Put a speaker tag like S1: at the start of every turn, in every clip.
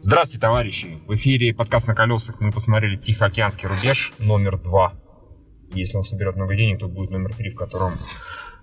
S1: Здравствуйте, товарищи! В эфире подкаст на колесах. Мы посмотрели Тихоокеанский рубеж номер два. Если он соберет много денег, то будет номер три, в котором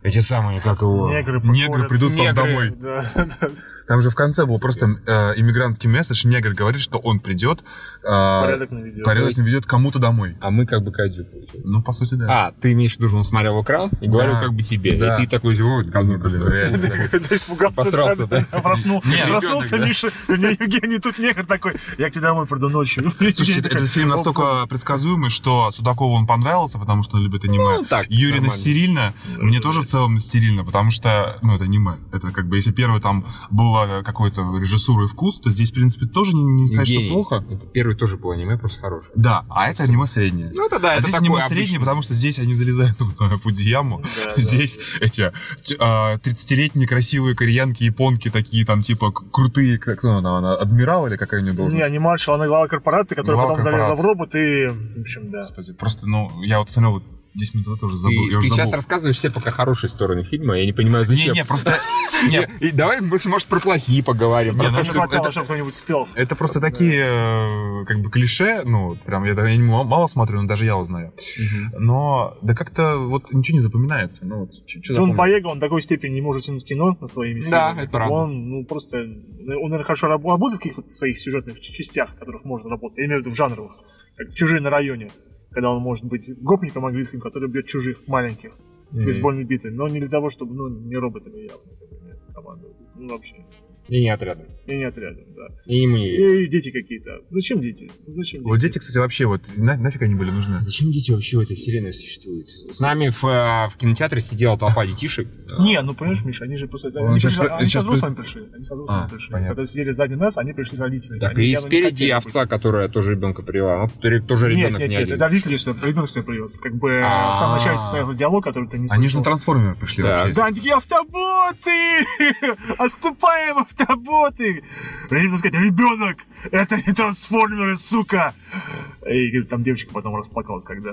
S1: эти самые, как его...
S2: Негры,
S3: Негры
S2: походят.
S3: придут к вам
S1: негры.
S3: домой.
S2: Да, да, да.
S3: Там же в конце был просто э, иммигрантский месседж. Негр говорит, что он придет, э, порядок,
S2: Порядок наведет.
S1: есть-
S3: ведет кому-то домой.
S1: А мы как бы кадю, получается.
S3: Ну, по сути, да.
S1: А, ты имеешь в виду, что он смотрел в экран и говорил
S3: Да.
S1: как бы тебе.
S3: Да.
S1: И ты такой, о, говно, блин, реально.
S2: Когда испугался.
S1: Посрался, да?
S2: Проснул.
S3: Не, ребенок,
S2: Проснулся
S3: да.
S2: Миша. У меня Евгений тут негр такой. Я к тебе домой приду ночью.
S3: Слушайте, этот, этот фильм настолько предсказуемый, что Судакову он понравился, потому что он любит аниме.
S1: Ну, так,
S3: Юрий
S1: нормально.
S3: настерильно. Мне тоже в целом настерильно, потому что, ну, это аниме. Это как бы, если первое там было какой-то режиссура и вкус, то здесь, в принципе, тоже не, не сказать, что
S1: Евгений,
S3: плохо.
S1: это первый тоже был аниме, просто хороший.
S3: Да, а это аниме среднее.
S1: Ну это да,
S3: а
S1: это
S3: здесь
S1: такое
S3: аниме
S1: обычное.
S3: среднее, потому что здесь они залезают на Фудзияму. Здесь эти т- а, 30-летние красивые кореянки, японки такие там типа к- крутые, как ну, она, она адмирал или какая у нее
S2: Не,
S3: должность?
S2: не маршал, она глава корпорации, которая
S3: Глава
S2: потом залезла в
S3: корпорации.
S2: робот и... В общем, да.
S3: Господи, просто, ну, я вот смотрел вот 10 минут назад уже
S1: Ты-
S3: забыл. я
S1: ты
S3: уже
S1: сейчас
S3: забыл.
S1: рассказываешь все пока хорошие стороны фильма, я не понимаю,
S3: Не,
S1: зачем.
S3: не, просто... Нет,
S1: И давай, может, может, про плохие поговорим.
S3: Не,
S1: про то,
S3: ну,
S2: Не
S1: что-
S2: хватало,
S3: это-
S2: чтобы кто-нибудь спел.
S3: это просто такие, э, как бы, клише, ну, прям, я, я не м- мало смотрю, но даже я узнаю. Но, да как-то вот ничего не запоминается. Ну, вот, чё- чё
S2: Джон
S3: запомнил?
S2: Боега, он в такой степени не может тянуть кино на своими
S1: Да,
S2: силами.
S1: это правда.
S2: Он, ну, просто... Он, наверное, хорошо раб- работает в каких-то своих сюжетных ч- частях, в которых можно работать. Я имею в виду в жанровых. Как «Чужие на районе», когда он может быть гопником английским, который бьет чужих, маленьких,
S1: Мгм.
S2: бейсбольной битой. Но не для того, чтобы, ну, не роботами явно. как бы, нет, Команда. Ну, вообще.
S1: И не отрядом.
S2: И не отрядом, да.
S1: И ему не верю.
S2: И дети какие-то. Зачем дети? Зачем дети?
S3: Вот дети, кстати, вообще, вот, на- нафиг они были нужны?
S1: Зачем дети вообще в этой вселенной существуют? С нами в, э, в кинотеатре сидела толпа детишек.
S2: Не, ну понимаешь, Миша, они же просто...
S3: Ну,
S2: они
S3: сейчас
S2: пришли-
S3: при-
S2: они со
S3: сейчас
S2: взрослыми пришли. Они со взрослыми
S3: А,
S2: пришли.
S3: понятно.
S2: Когда сидели сзади нас, они пришли с родителями.
S1: Так,
S2: Они
S1: и
S2: явно не
S1: спереди
S2: хотели
S1: овца,
S2: быть.
S1: которая тоже ребенка привела. Ну, т- тоже
S2: Нет,
S1: ребенок
S2: нет,
S1: не
S2: нет,
S1: один.
S2: это родители сюда, ребенок сюда привез. Как бы э,
S1: А-а-а.
S2: в самом начале состоялся диалог, который ты не слышал.
S3: Они же на трансформеры пришли
S1: Да.
S3: вообще.
S2: Да, они такие, автоботы! Отступаем, автоботы! Ребенок сказать, ребенок, это не трансформеры, сука! И говорит, там девочка потом расплакалась, когда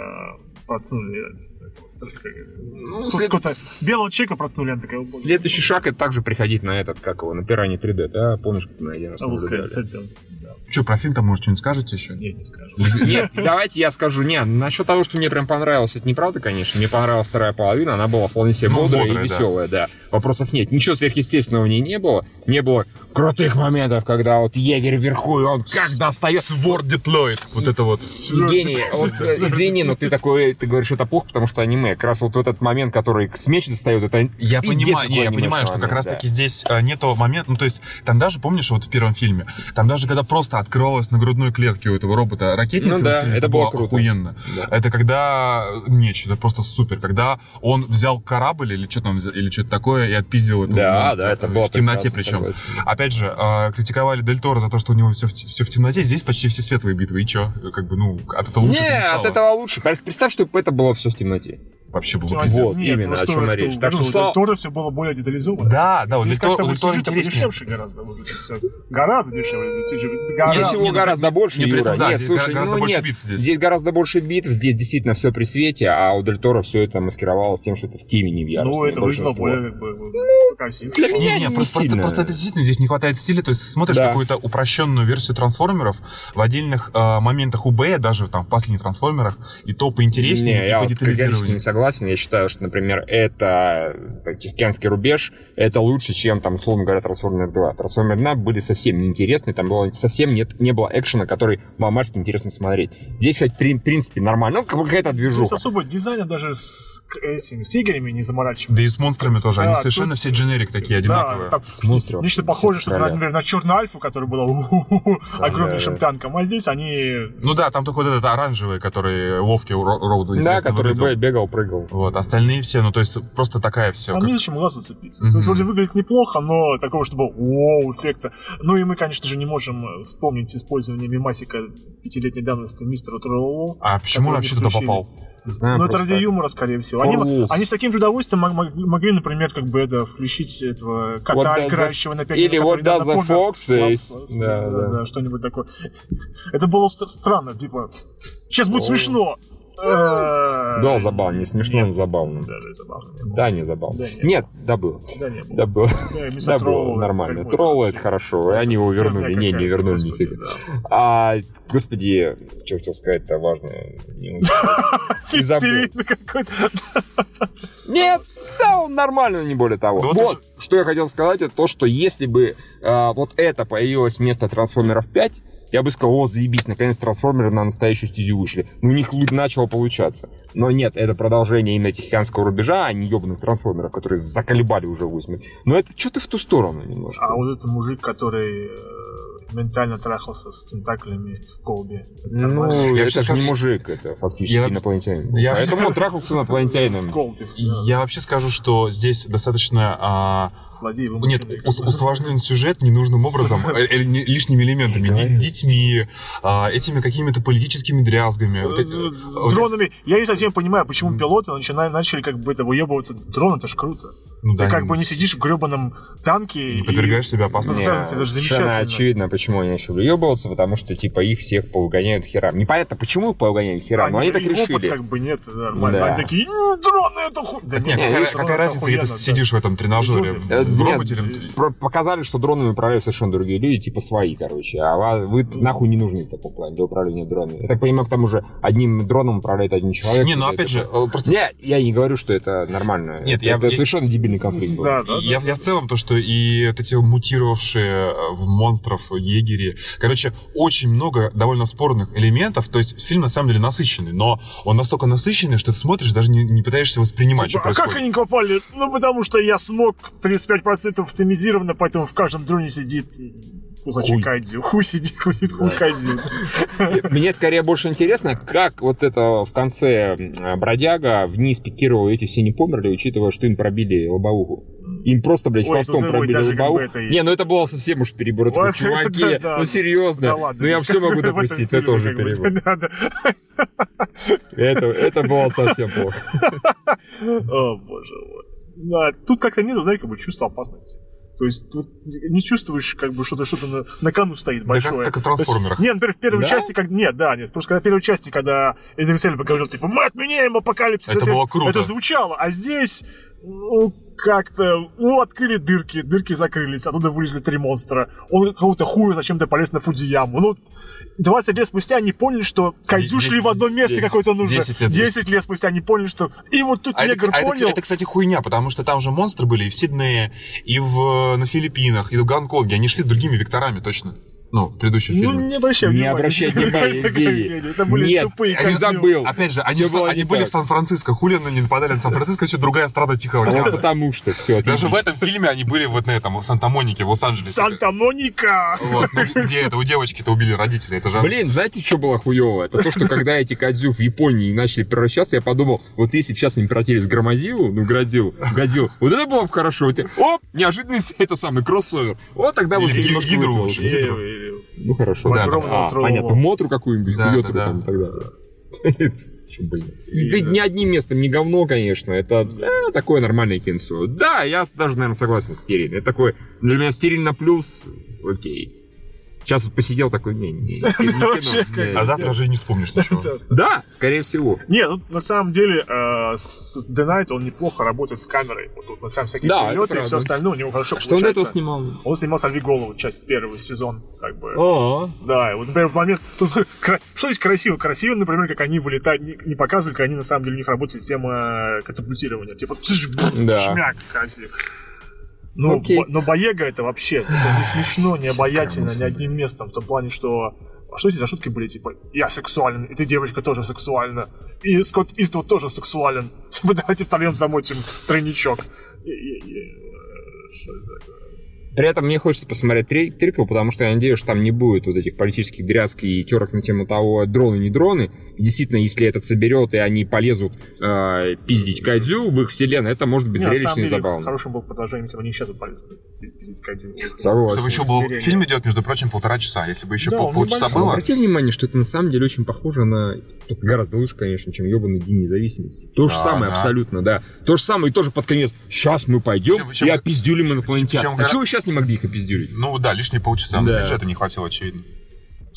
S2: проткнули этого страха.
S1: Ну,
S2: Сколько-
S1: след-
S2: сколько-то белого человека проткнули, она такая, «О, боже».
S1: Следующий шаг это также приходить на этот, как его, на пиране 3D, да? Помнишь, как мы один раз
S2: А вот
S1: наблюдали?
S2: сказать, это там, да,
S3: Че, про фильм там, может, что-нибудь скажете еще?
S2: нет, не скажу.
S1: Нет, давайте я скажу. Нет, насчет того, что мне прям понравилось, это неправда, конечно. Мне понравилась вторая половина, она была вполне себе
S3: Ну,
S1: бодрая,
S3: бодрая,
S1: и
S3: да.
S1: веселая, да. Вопросов нет. Ничего сверхъестественного в ней не было. Не было крутых моментов, когда вот егерь вверху, и он как достает.
S3: Sword Deployed. Вот это вот.
S1: Евгений, вот, э, извини, но ты такой, ты говоришь, это плохо, потому что аниме. Как раз вот в этот момент, который с меч достает, это
S3: Я
S1: пиздец
S3: понимаю,
S1: какой
S3: не, я
S1: анимешный
S3: понимаю, что как
S1: момент,
S3: раз
S1: да.
S3: таки здесь э, нету момента, ну то есть там даже, помнишь, вот в первом фильме, там даже когда просто открывалась на грудной клетке у этого робота ракетница,
S1: Ну да,
S3: выстрелила,
S1: это было круто.
S3: охуенно.
S1: Да.
S3: Это когда э, меч, это просто супер, когда он взял корабль или что там, взя- или что-то такое и отпиздил этого
S1: Да,
S3: монстра,
S1: да, это
S3: э,
S1: было
S3: в темноте
S1: прекрасно,
S3: причем.
S1: согласен.
S3: Опять же, э, критиковали Дель Торо за то, что у него все в, те- всё в темноте, здесь почти все светлые битвы, и чё? Как бы, ну, от этого лучше не
S1: Не,
S3: стало.
S1: от этого лучше. Представь, что это было все в темноте.
S3: Вообще было
S2: Тема-
S3: пиздец.
S1: Вот,
S2: нет,
S1: именно,
S2: просто
S1: о чем
S2: это
S1: речь.
S2: у-
S1: Так что
S2: ну,
S1: слава-
S2: Тора все было более детализовано.
S3: Да, да, у
S2: типа. Здесь
S3: Дель Торо-
S2: как-то
S3: у
S2: вот
S3: Дель Торо
S2: сюжет
S3: интереснее.
S2: подешевше гораздо выглядит все. Гораздо дешевле ну, выглядит сюжет. Гораздо.
S1: Здесь его
S3: А, не,
S1: гораздо больше,
S3: не,
S1: Юра.
S3: да,
S1: нет,
S3: здесь
S1: слушай,
S3: гораздо
S1: ну
S3: больше
S1: нет,
S3: битв здесь.
S1: здесь. гораздо больше битв, здесь действительно все при свете, а у Дель Торо все это маскировалось тем, что это в теме не в
S2: Ну, это выглядело более как бы,
S1: Ну,
S2: красиво.
S1: для меня-
S3: Не, не,
S1: не
S3: просто, просто,
S1: сильно.
S3: просто это действительно здесь не хватает стиля. То есть смотришь
S1: Да.
S3: какую-то упрощенную версию трансформеров в отдельных э, моментах у Бэя, даже там в последних трансформерах, и то поинтереснее,
S1: Не,
S3: и
S1: я
S3: по
S1: вот категорически не
S3: детализированию.
S1: согласен. Я считаю, что, например, это э, Тихоокеанский рубеж, это лучше, чем, там, условно говоря, Трансформер 2. Трансформер 2 были совсем неинтересны, там было совсем нет, не было экшена, который мамарски интересно смотреть. Здесь хоть, при- в принципе, нормально. Ну, как бы какая-то
S2: Здесь
S1: движуха.
S2: особо дизайна даже с к- этими сигерами не заморачивают.
S3: Да и с монстрами тоже.
S2: Да,
S3: Они
S2: тут-
S3: совершенно все дженерик такие одинаковые.
S2: Да, так,
S1: С монстром.
S2: нечто похоже, что
S1: Короля.
S2: например, на черную альфу, которая была у-ху-ху,
S1: Да,
S2: огромнейшим
S1: да,
S2: танком, а здесь они...
S3: Ну да, там только вот этот оранжевый, который ловкий у Ро- Роуду
S1: Да,
S3: интересно
S1: который
S3: выглядел.
S1: Б бегал, прыгал.
S3: Вот, остальные все, ну то есть просто такая все.
S2: Там не зачем глаз зацепиться.
S3: Мгм.
S2: То есть вроде выглядит неплохо, но такого, чтобы вау, эффекта. Ну и мы, конечно же, не можем э, вспомнить использование мимасика пятилетней давности мистера Тролло.
S3: А почему
S2: которые
S3: он вообще
S2: не
S3: туда
S2: включили.
S3: попал?
S1: Не знаю,
S2: Ну, это ради
S1: просто-
S2: юмора, скорее всего. Они,
S1: Форвулф.
S2: они с таким же удовольствием мог- мог- могли, например, как бы это включить этого кота,
S1: Вот да,
S2: играющего на пианино.
S1: Или
S2: который
S1: вот да,
S2: недавно
S1: The
S2: помер.
S1: Fox
S2: Слаб-
S1: есть.
S2: слаб-
S1: Да,
S2: да,
S1: да.
S2: да, что-нибудь такое. Это было ст- странно, типа. Сейчас будет
S1: О.
S2: смешно!
S1: Было
S2: Было
S1: забавно, не смешно, но забавно.
S2: Даже забавно. не было.
S1: Да, не забавно.
S2: Да, нет.
S1: Нет, да было.
S2: Да, не было.
S1: Да было.
S2: Да, и
S1: Да было
S2: троллы,
S1: нормально.
S2: как бы,
S1: Троллы это
S2: да.
S1: хорошо. и Они его
S2: Херня
S1: вернули. Не, не
S2: какая-то,
S1: вернули
S2: господи,
S1: нифига.
S2: да.
S1: А, господи, что хотел сказать-то важное. Не успел. И забыл.
S2: Истерично какой-то.
S1: Нет, да, он нормально, не более того.
S3: Ну,
S1: Вот,
S3: вот ты
S1: что я хотел сказать, это то, что если бы а, вот это появилось вместо трансформеров 5, я бы сказал, о, заебись, наконец трансформеры на настоящую стезю вышли. Ну, у них лу- начало получаться. Но нет, это продолжение именно Тихоокеанского рубежа, а не ебаных трансформеров, которые заколебали уже возьмут. Но это что-то в ту сторону немножко.
S2: А вот этот мужик, который э, ментально трахался с тентаклями в колбе.
S1: ну,
S3: Я
S1: это
S3: вообще
S1: же
S3: скажу-
S1: не мужик, это фактически
S3: Я-
S1: инопланетянин. был.
S3: Я-
S1: Поэтому он трахался с
S2: В
S1: инопланетянином.
S2: колбе.
S3: И Я вообще скажу, что здесь достаточно... а,
S2: Злодей
S3: нет,
S2: вымышленный, как
S3: ус-
S2: бы.
S3: усложнен сюжет ненужным образом, э, э, не- лишними элементами, ди- детьми, а, этими какими-то политическими дрязгами. вот эти-
S2: Э, Дронами. Я не совсем понимаю, почему пилоты начина- начали как бы это выебываться. Дрон это ж круто.
S3: ну да,
S2: Ты как бы не сидишь в гребаном танке
S3: Не
S2: и- Ну,
S3: подвергаешь себя опасности.
S1: Не,
S2: кажется, это же
S1: совершенно
S2: замечательно.
S1: очевидно, почему они начали выебываться, потому что, типа, их всех повыгоняют к херам. Непонятно, почему их повыгоняют к херам, но они
S2: и
S1: так
S2: опыт
S1: решили.
S2: как бы нет, нормально.
S1: Да.
S2: Они такие, «М, дроны это хуй. Да
S3: Нет,
S1: Не,
S3: какая,
S1: видишь,
S2: конечно,
S3: какая
S2: дроны это
S3: разница, если ты
S2: охуенно, да.
S3: сидишь в этом тренажере,
S2: Ты
S3: в,
S1: Э,
S3: в
S1: нет.
S3: роботе или внутри?
S1: Про- показали, что дронами управляют совершенно другие люди, типа свои, короче. А ва- вы нахуй не нужны в таком плане для управления дронами. Я так понимаю, к тому же одним дроном управляет один человек.
S3: Не, ну
S1: Это-
S3: опять же, э, просто
S1: Не, я не говорю, что это нормально.
S3: Нет,
S1: это,
S3: я-
S1: это
S3: я-
S1: совершенно дебильный конфликт был.
S2: Да, да,
S3: я, я в целом то, что и вот эти мутировавшие э, в монстров егери. Короче, очень много довольно спорных элементов. То есть фильм на самом деле насыщенный, но он настолько насыщенный, что ты смотришь, даже не, не пытаешься воспринимать, что
S2: Типа, а как
S3: происходит.
S2: они попали? Ну, потому что я смог 35% автомизировано, поэтому в каждом дроне сидит кусочек
S1: Хуй.
S2: кайдзю. Хуй сидит, хуй, хуй кайдзю.
S1: Мне скорее больше интересно, как вот это в конце м, бродяга вниз пикировал, и эти все не померли, учитывая, что им пробили лобовуху. Им просто, блядь,
S2: Ой,
S1: хвостом
S2: ну,
S1: пробили
S2: даже как бы
S1: лобовуху.
S2: это и-
S1: Не, ну это было совсем уж перебор. Я такой,
S2: Вот это
S1: Чуваки,
S2: да.
S1: ну серьезно. Ну я все могу допустить, это тоже перебор. Это это было совсем плохо.
S2: О, боже мой. Да, тут как-то нету, знаешь, как бы чувства опасности. То есть тут не чувствуешь, как бы что-то что-то на, на кону стоит
S3: Да как,
S2: большое.
S3: как и в
S2: То есть-
S3: трансформерах.
S2: Нет, например, в первой
S1: Да?
S2: части, как... Нет, да, нет. Просто когда в первой части, когда Эдрис Эльба говорил, типа, мы отменяем апокалипсис.
S3: Это было круто.
S2: Это звучало. А здесь, ну, как-то, ну, открыли дырки, дырки закрылись, оттуда вылезли три монстра. Он какого-то хуя зачем-то полез на Фудияму. Ну, 20 лет спустя они поняли, что кайдзю
S3: Десять-
S2: шли в одно место
S3: десять-
S2: какое-то нужно. 10
S3: десять
S2: лет,
S3: лет.
S2: спустя они поняли, что... И вот тут
S3: А это,
S2: негр
S3: а это-
S2: понял...
S3: это, кстати, хуйня, потому что там же монстры были и в Сиднее, и в, э, на Филиппинах, и в Гонконге. Они шли другими векторами, точно. Ну, в предыдущем
S2: Ну,
S3: фильме.
S2: не обращай
S1: Не
S2: внимания.
S1: обращай внимания, Евгений.
S2: Это были
S1: Нет,
S2: тупые
S1: ты
S2: козлы.
S1: забыл.
S3: Опять же, они,
S1: Всё
S3: в Сан-
S1: было не
S3: они были
S1: так.
S3: в Сан-Франциско. Хули они не нападали на Сан-Франциско, вообще другая страна Тихого
S1: Ну,
S3: океана.
S1: потому что все.
S3: Даже в этом фильме они были вот на этом, в Санта-Монике, в Лос-Анджелесе.
S2: Санта-Моника!
S3: Вот, ну, где это, у девочки-то убили родителей, это же...
S1: Блин, знаете, что было хуево? Это то, что когда эти кадзю в Японии начали превращаться, я подумал, вот если бы сейчас они превратились в Громозилу, ну, Грозилу, Годзилу, вот это было бы хорошо. Вот, оп, неожиданный с- это самый кроссовер. Вот тогда вот
S3: Или
S1: фильм немножко
S3: Гидру
S1: выиграл.
S3: вообще.
S2: Э, э, э.
S1: Ну, хорошо, да.
S2: Огромного
S1: да. А,
S2: тролла.
S1: понятно, Мотру какую-нибудь,
S3: Да,
S1: Йотру
S3: да, да.
S1: там и так далее. Чё, блин. Э,
S2: И,
S1: Ты
S2: да.
S1: ни одним местом не говно, конечно. Это э, такое нормальное кинцо. Да, я с- даже, наверное, согласен с Стерин. Это такое, для меня стерильно плюс, окей. Сейчас вот посидел такой, не, не, не, кино,
S2: Вообще,
S1: не,
S2: как-
S3: А завтра же и не вспомнишь ничего.
S1: да, скорее всего.
S2: Нет, тут на самом деле э, с- с- The Knight, он неплохо работает с камерой. Вот тут на самом всякие
S1: Да, это
S2: перелеты и
S1: правда.
S2: все остальное у него хорошо
S1: А Что он до этого
S2: получается.
S1: снимал?
S2: Он снимал «Сорви голову», часть первого сезон, как бы.
S1: О,
S2: Да, и вот, например, в момент... тут кра- Что здесь красиво? Красиво, например, как они вылетают, не, не показывают, как они, на самом деле, у них работает система катапультирования. Типа, тш, бф,
S1: Да.
S2: шмяк, красиво. Ну,
S1: Окей.
S2: бо- но Боега это вообще это не смешно, не обаятельно, ни
S3: мысль,
S2: одним местом. В том плане, что... А что эти за шутки были, типа, я сексуален, и ты девочка тоже сексуальна, и Скотт Иствуд тоже сексуален. Типа, давайте втроем замочим тройничок. И- и- и, э, что это такое?
S1: При этом мне хочется посмотреть три- триквел, потому что я надеюсь, что там не будет вот этих политических дрязг и терок на тему того, а дроны не дроны. Действительно, если этот соберет и они полезут э, пиздить Кайдзю в их вселенной, это может быть
S2: Не, на самом
S1: зрелищно и
S2: деле,
S1: забавно.
S2: хорошим было продолжение, если бы они сейчас упались. Пиздить Кадю.
S1: Согласен.
S3: Чтобы еще был...
S2: измерение.
S3: Фильм идет, между прочим, полтора часа. Если бы еще
S2: Да,
S3: пол-
S2: он
S3: полчаса
S2: небольшой.
S3: было...
S1: Обратите внимание, что это на самом деле очень похоже на... только Гораздо лучше, конечно, чем ебаный День независимости. То же
S3: Да,
S1: самое,
S3: да.
S1: абсолютно, да. То же самое, и тоже под конец. Сейчас мы пойдем
S3: Чем- чем-
S1: и опиздюлим
S3: чем-
S1: инопланетян.
S3: чем
S1: а
S3: гора-
S1: чего вы сейчас не могли их опиздюлить?
S3: Ну да, лишние полчаса. но
S1: Да.
S3: Бюджета не хватило, очевидно.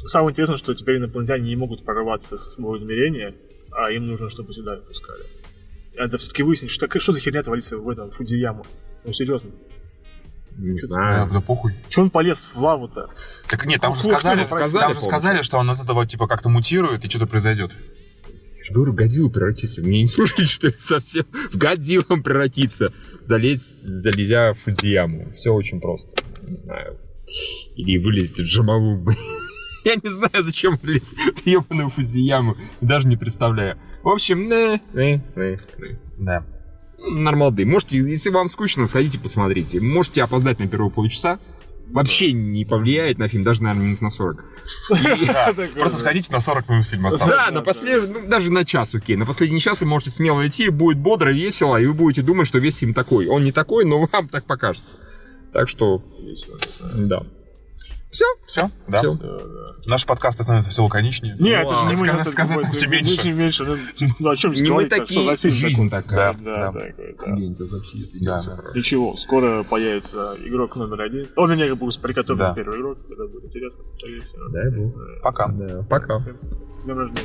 S2: Самое интересное, что теперь инопланетяне не могут прорваться со своего измерения, а им нужно, чтобы сюда их пускали. Надо все-таки выяснить, что, что за херня творится в этом Фудзияму. Ну, серьезно.
S1: Не
S2: Чё-то
S3: Да,
S1: знаю.
S3: да похуй.
S2: Че он полез в лаву-то?
S3: Так нет, там же
S2: Фу,
S3: сказали,
S2: что вы
S3: там же
S1: просили,
S3: сказали, что он от этого типа как-то мутирует и что-то произойдет.
S1: Я же говорю, Годзиллу превратиться. Мне не слушайте, что ли, совсем в Годзиллу превратиться. Залезть, залезя в Фудзияму. Все очень просто. Не знаю. Или вылезть из Джамалумбы. Я не знаю, зачем лезть в ебаную Фудзияму. Даже не представляю. В общем, э, э, э, э.
S3: Да.
S1: Нормалды. Можете, если вам скучно, сходите посмотрите. Можете опоздать на первые полчаса. Вообще не повлияет на фильм, даже, наверное, минут на 40. И-
S2: ну,
S3: Просто сходите на 40 минут фильма осталось.
S1: Да,
S2: да,
S1: на послед... ну, даже на час, окей. На последний час вы можете смело идти, будет бодро, весело, и вы будете думать, что весь фильм такой. Он не такой, но вам так покажется. Так что, да. Все,
S3: Все? Да.
S1: Всё.
S3: Наши подкасты становятся все локоничнее.
S2: Не,
S1: Ну,
S2: это же не
S1: ладно.
S2: мы.
S3: Сказать-
S2: это
S3: сказать
S2: какой-то-
S3: все меньше.
S2: очень меньше. Ну, Ну, о чем здесь
S1: не мы
S2: говорить-то?
S1: такие,
S2: Что за фильм
S1: жизнь
S2: такой?
S1: такая.
S2: Да,
S3: да.
S2: такой, да.
S1: Блин, это вообще офигенно.
S3: Да.
S1: Всё хорошо.
S2: Ничего, скоро появится игрок номер один. Он меня как бы приготовить
S3: Да.
S2: первый игрок, это будет интересно. скорее всего.
S1: Дай бог.
S2: Э,
S3: Пока.
S1: Да, пока.
S2: Всем Днем рождения.